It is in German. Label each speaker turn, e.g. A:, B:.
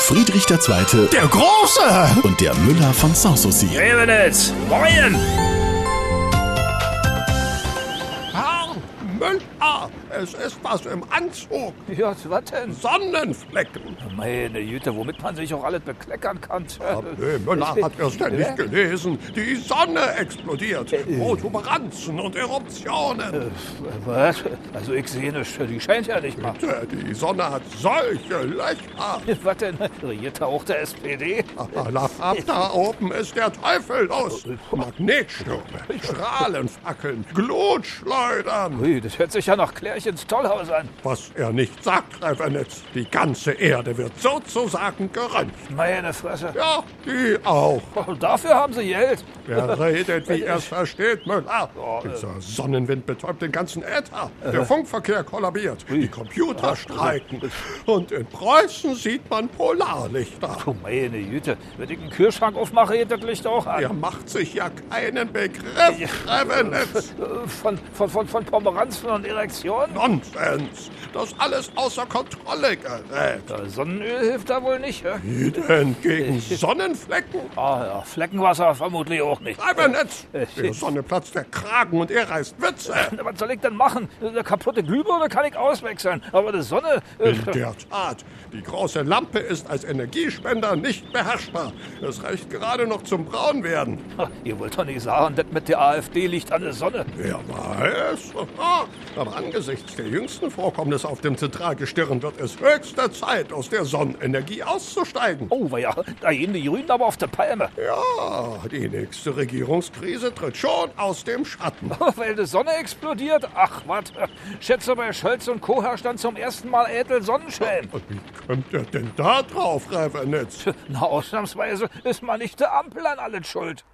A: Friedrich II.
B: Der Große!
A: und der Müller von Sanssouci.
C: Revenitz, moin!
B: Herr Müller, es ist was im Anzug.
C: Ja, was denn?
B: Sonnenflecken.
C: Also Meine Güte, womit man sich auch alles bekleckern kann.
B: Herr Müller hat erst denn nicht gelesen. Die Sonne explodiert. Protuberanzen und Eruptionen.
C: Was? Also ich sehe nicht, die scheint ja nicht
B: Äh.
C: mal.
B: Die Sonne hat solche Löcher.
C: Was denn? Regiert da auch der SPD?
B: Aber nach ab da oben ist der Teufel los. Magnetstürme, Strahlenfackeln, Glutschleudern.
C: Ui, das hört sich ja nach Klärchens Tollhaus an.
B: Was er nicht sagt, Revenitz, die ganze Erde wird sozusagen geröntgt.
C: Meine Fresse.
B: Ja, die auch.
C: Und dafür haben sie Geld.
B: Er redet, wie er es versteht, Müller. Dieser Sonnenwind betäubt den ganzen Äther. Der Funkverkehr kollabiert, die Computer streiken. Und in Preußen sieht man Polarlichter.
C: Oh, meine Güte. Wenn ich einen Kühlschrank aufmache, geht das Licht auch an.
B: Er macht sich ja keinen Begriff, Revenitz.
C: Äh, Von, von, von, von Pomeranzen und Erektionen?
B: Nonsens, dass alles außer Kontrolle gerät.
C: Ja, Äh, Sonnenöl hilft da wohl nicht, hä?
B: Wie denn gegen Sonnenflecken?
C: Ah ja, Fleckenwasser vermutlich auch nicht.
B: Revenitz, der Sonne platzt der Kragen und er reißt Witze.
C: Na, Was soll ich denn machen? Eine kaputte Glühbirne kann ich auswechseln, aber die Sonne... äh,
B: In der Tat, die große Lampe ist als Energiespender nicht beherrschbar. Es reicht gerade noch zum Braunwerden.
C: Ihr wollt doch nicht sagen, das mit der AfD liegt an der Sonne.
B: Wer weiß? Aha. Aber angesichts der jüngsten Vorkommnisse auf dem Zentralgestirn wird es höchste Zeit, aus der Sonnenenergie auszusteigen.
C: Oh, war ja, da gehen die Grünen aber auf der Palme.
B: Ja, die nächste Regierungskrise tritt schon aus dem Schatten.
C: Oh, Weil die Sonne explodiert? Ach, was? Schätze, bei Scholz und Co. herrscht dann zum ersten Mal Ätel Sonnenschein.
B: Und Wie kommt er denn da drauf, Revenitz?
C: Na, ausnahmsweise ist mal nicht der Ampel an alles schuld.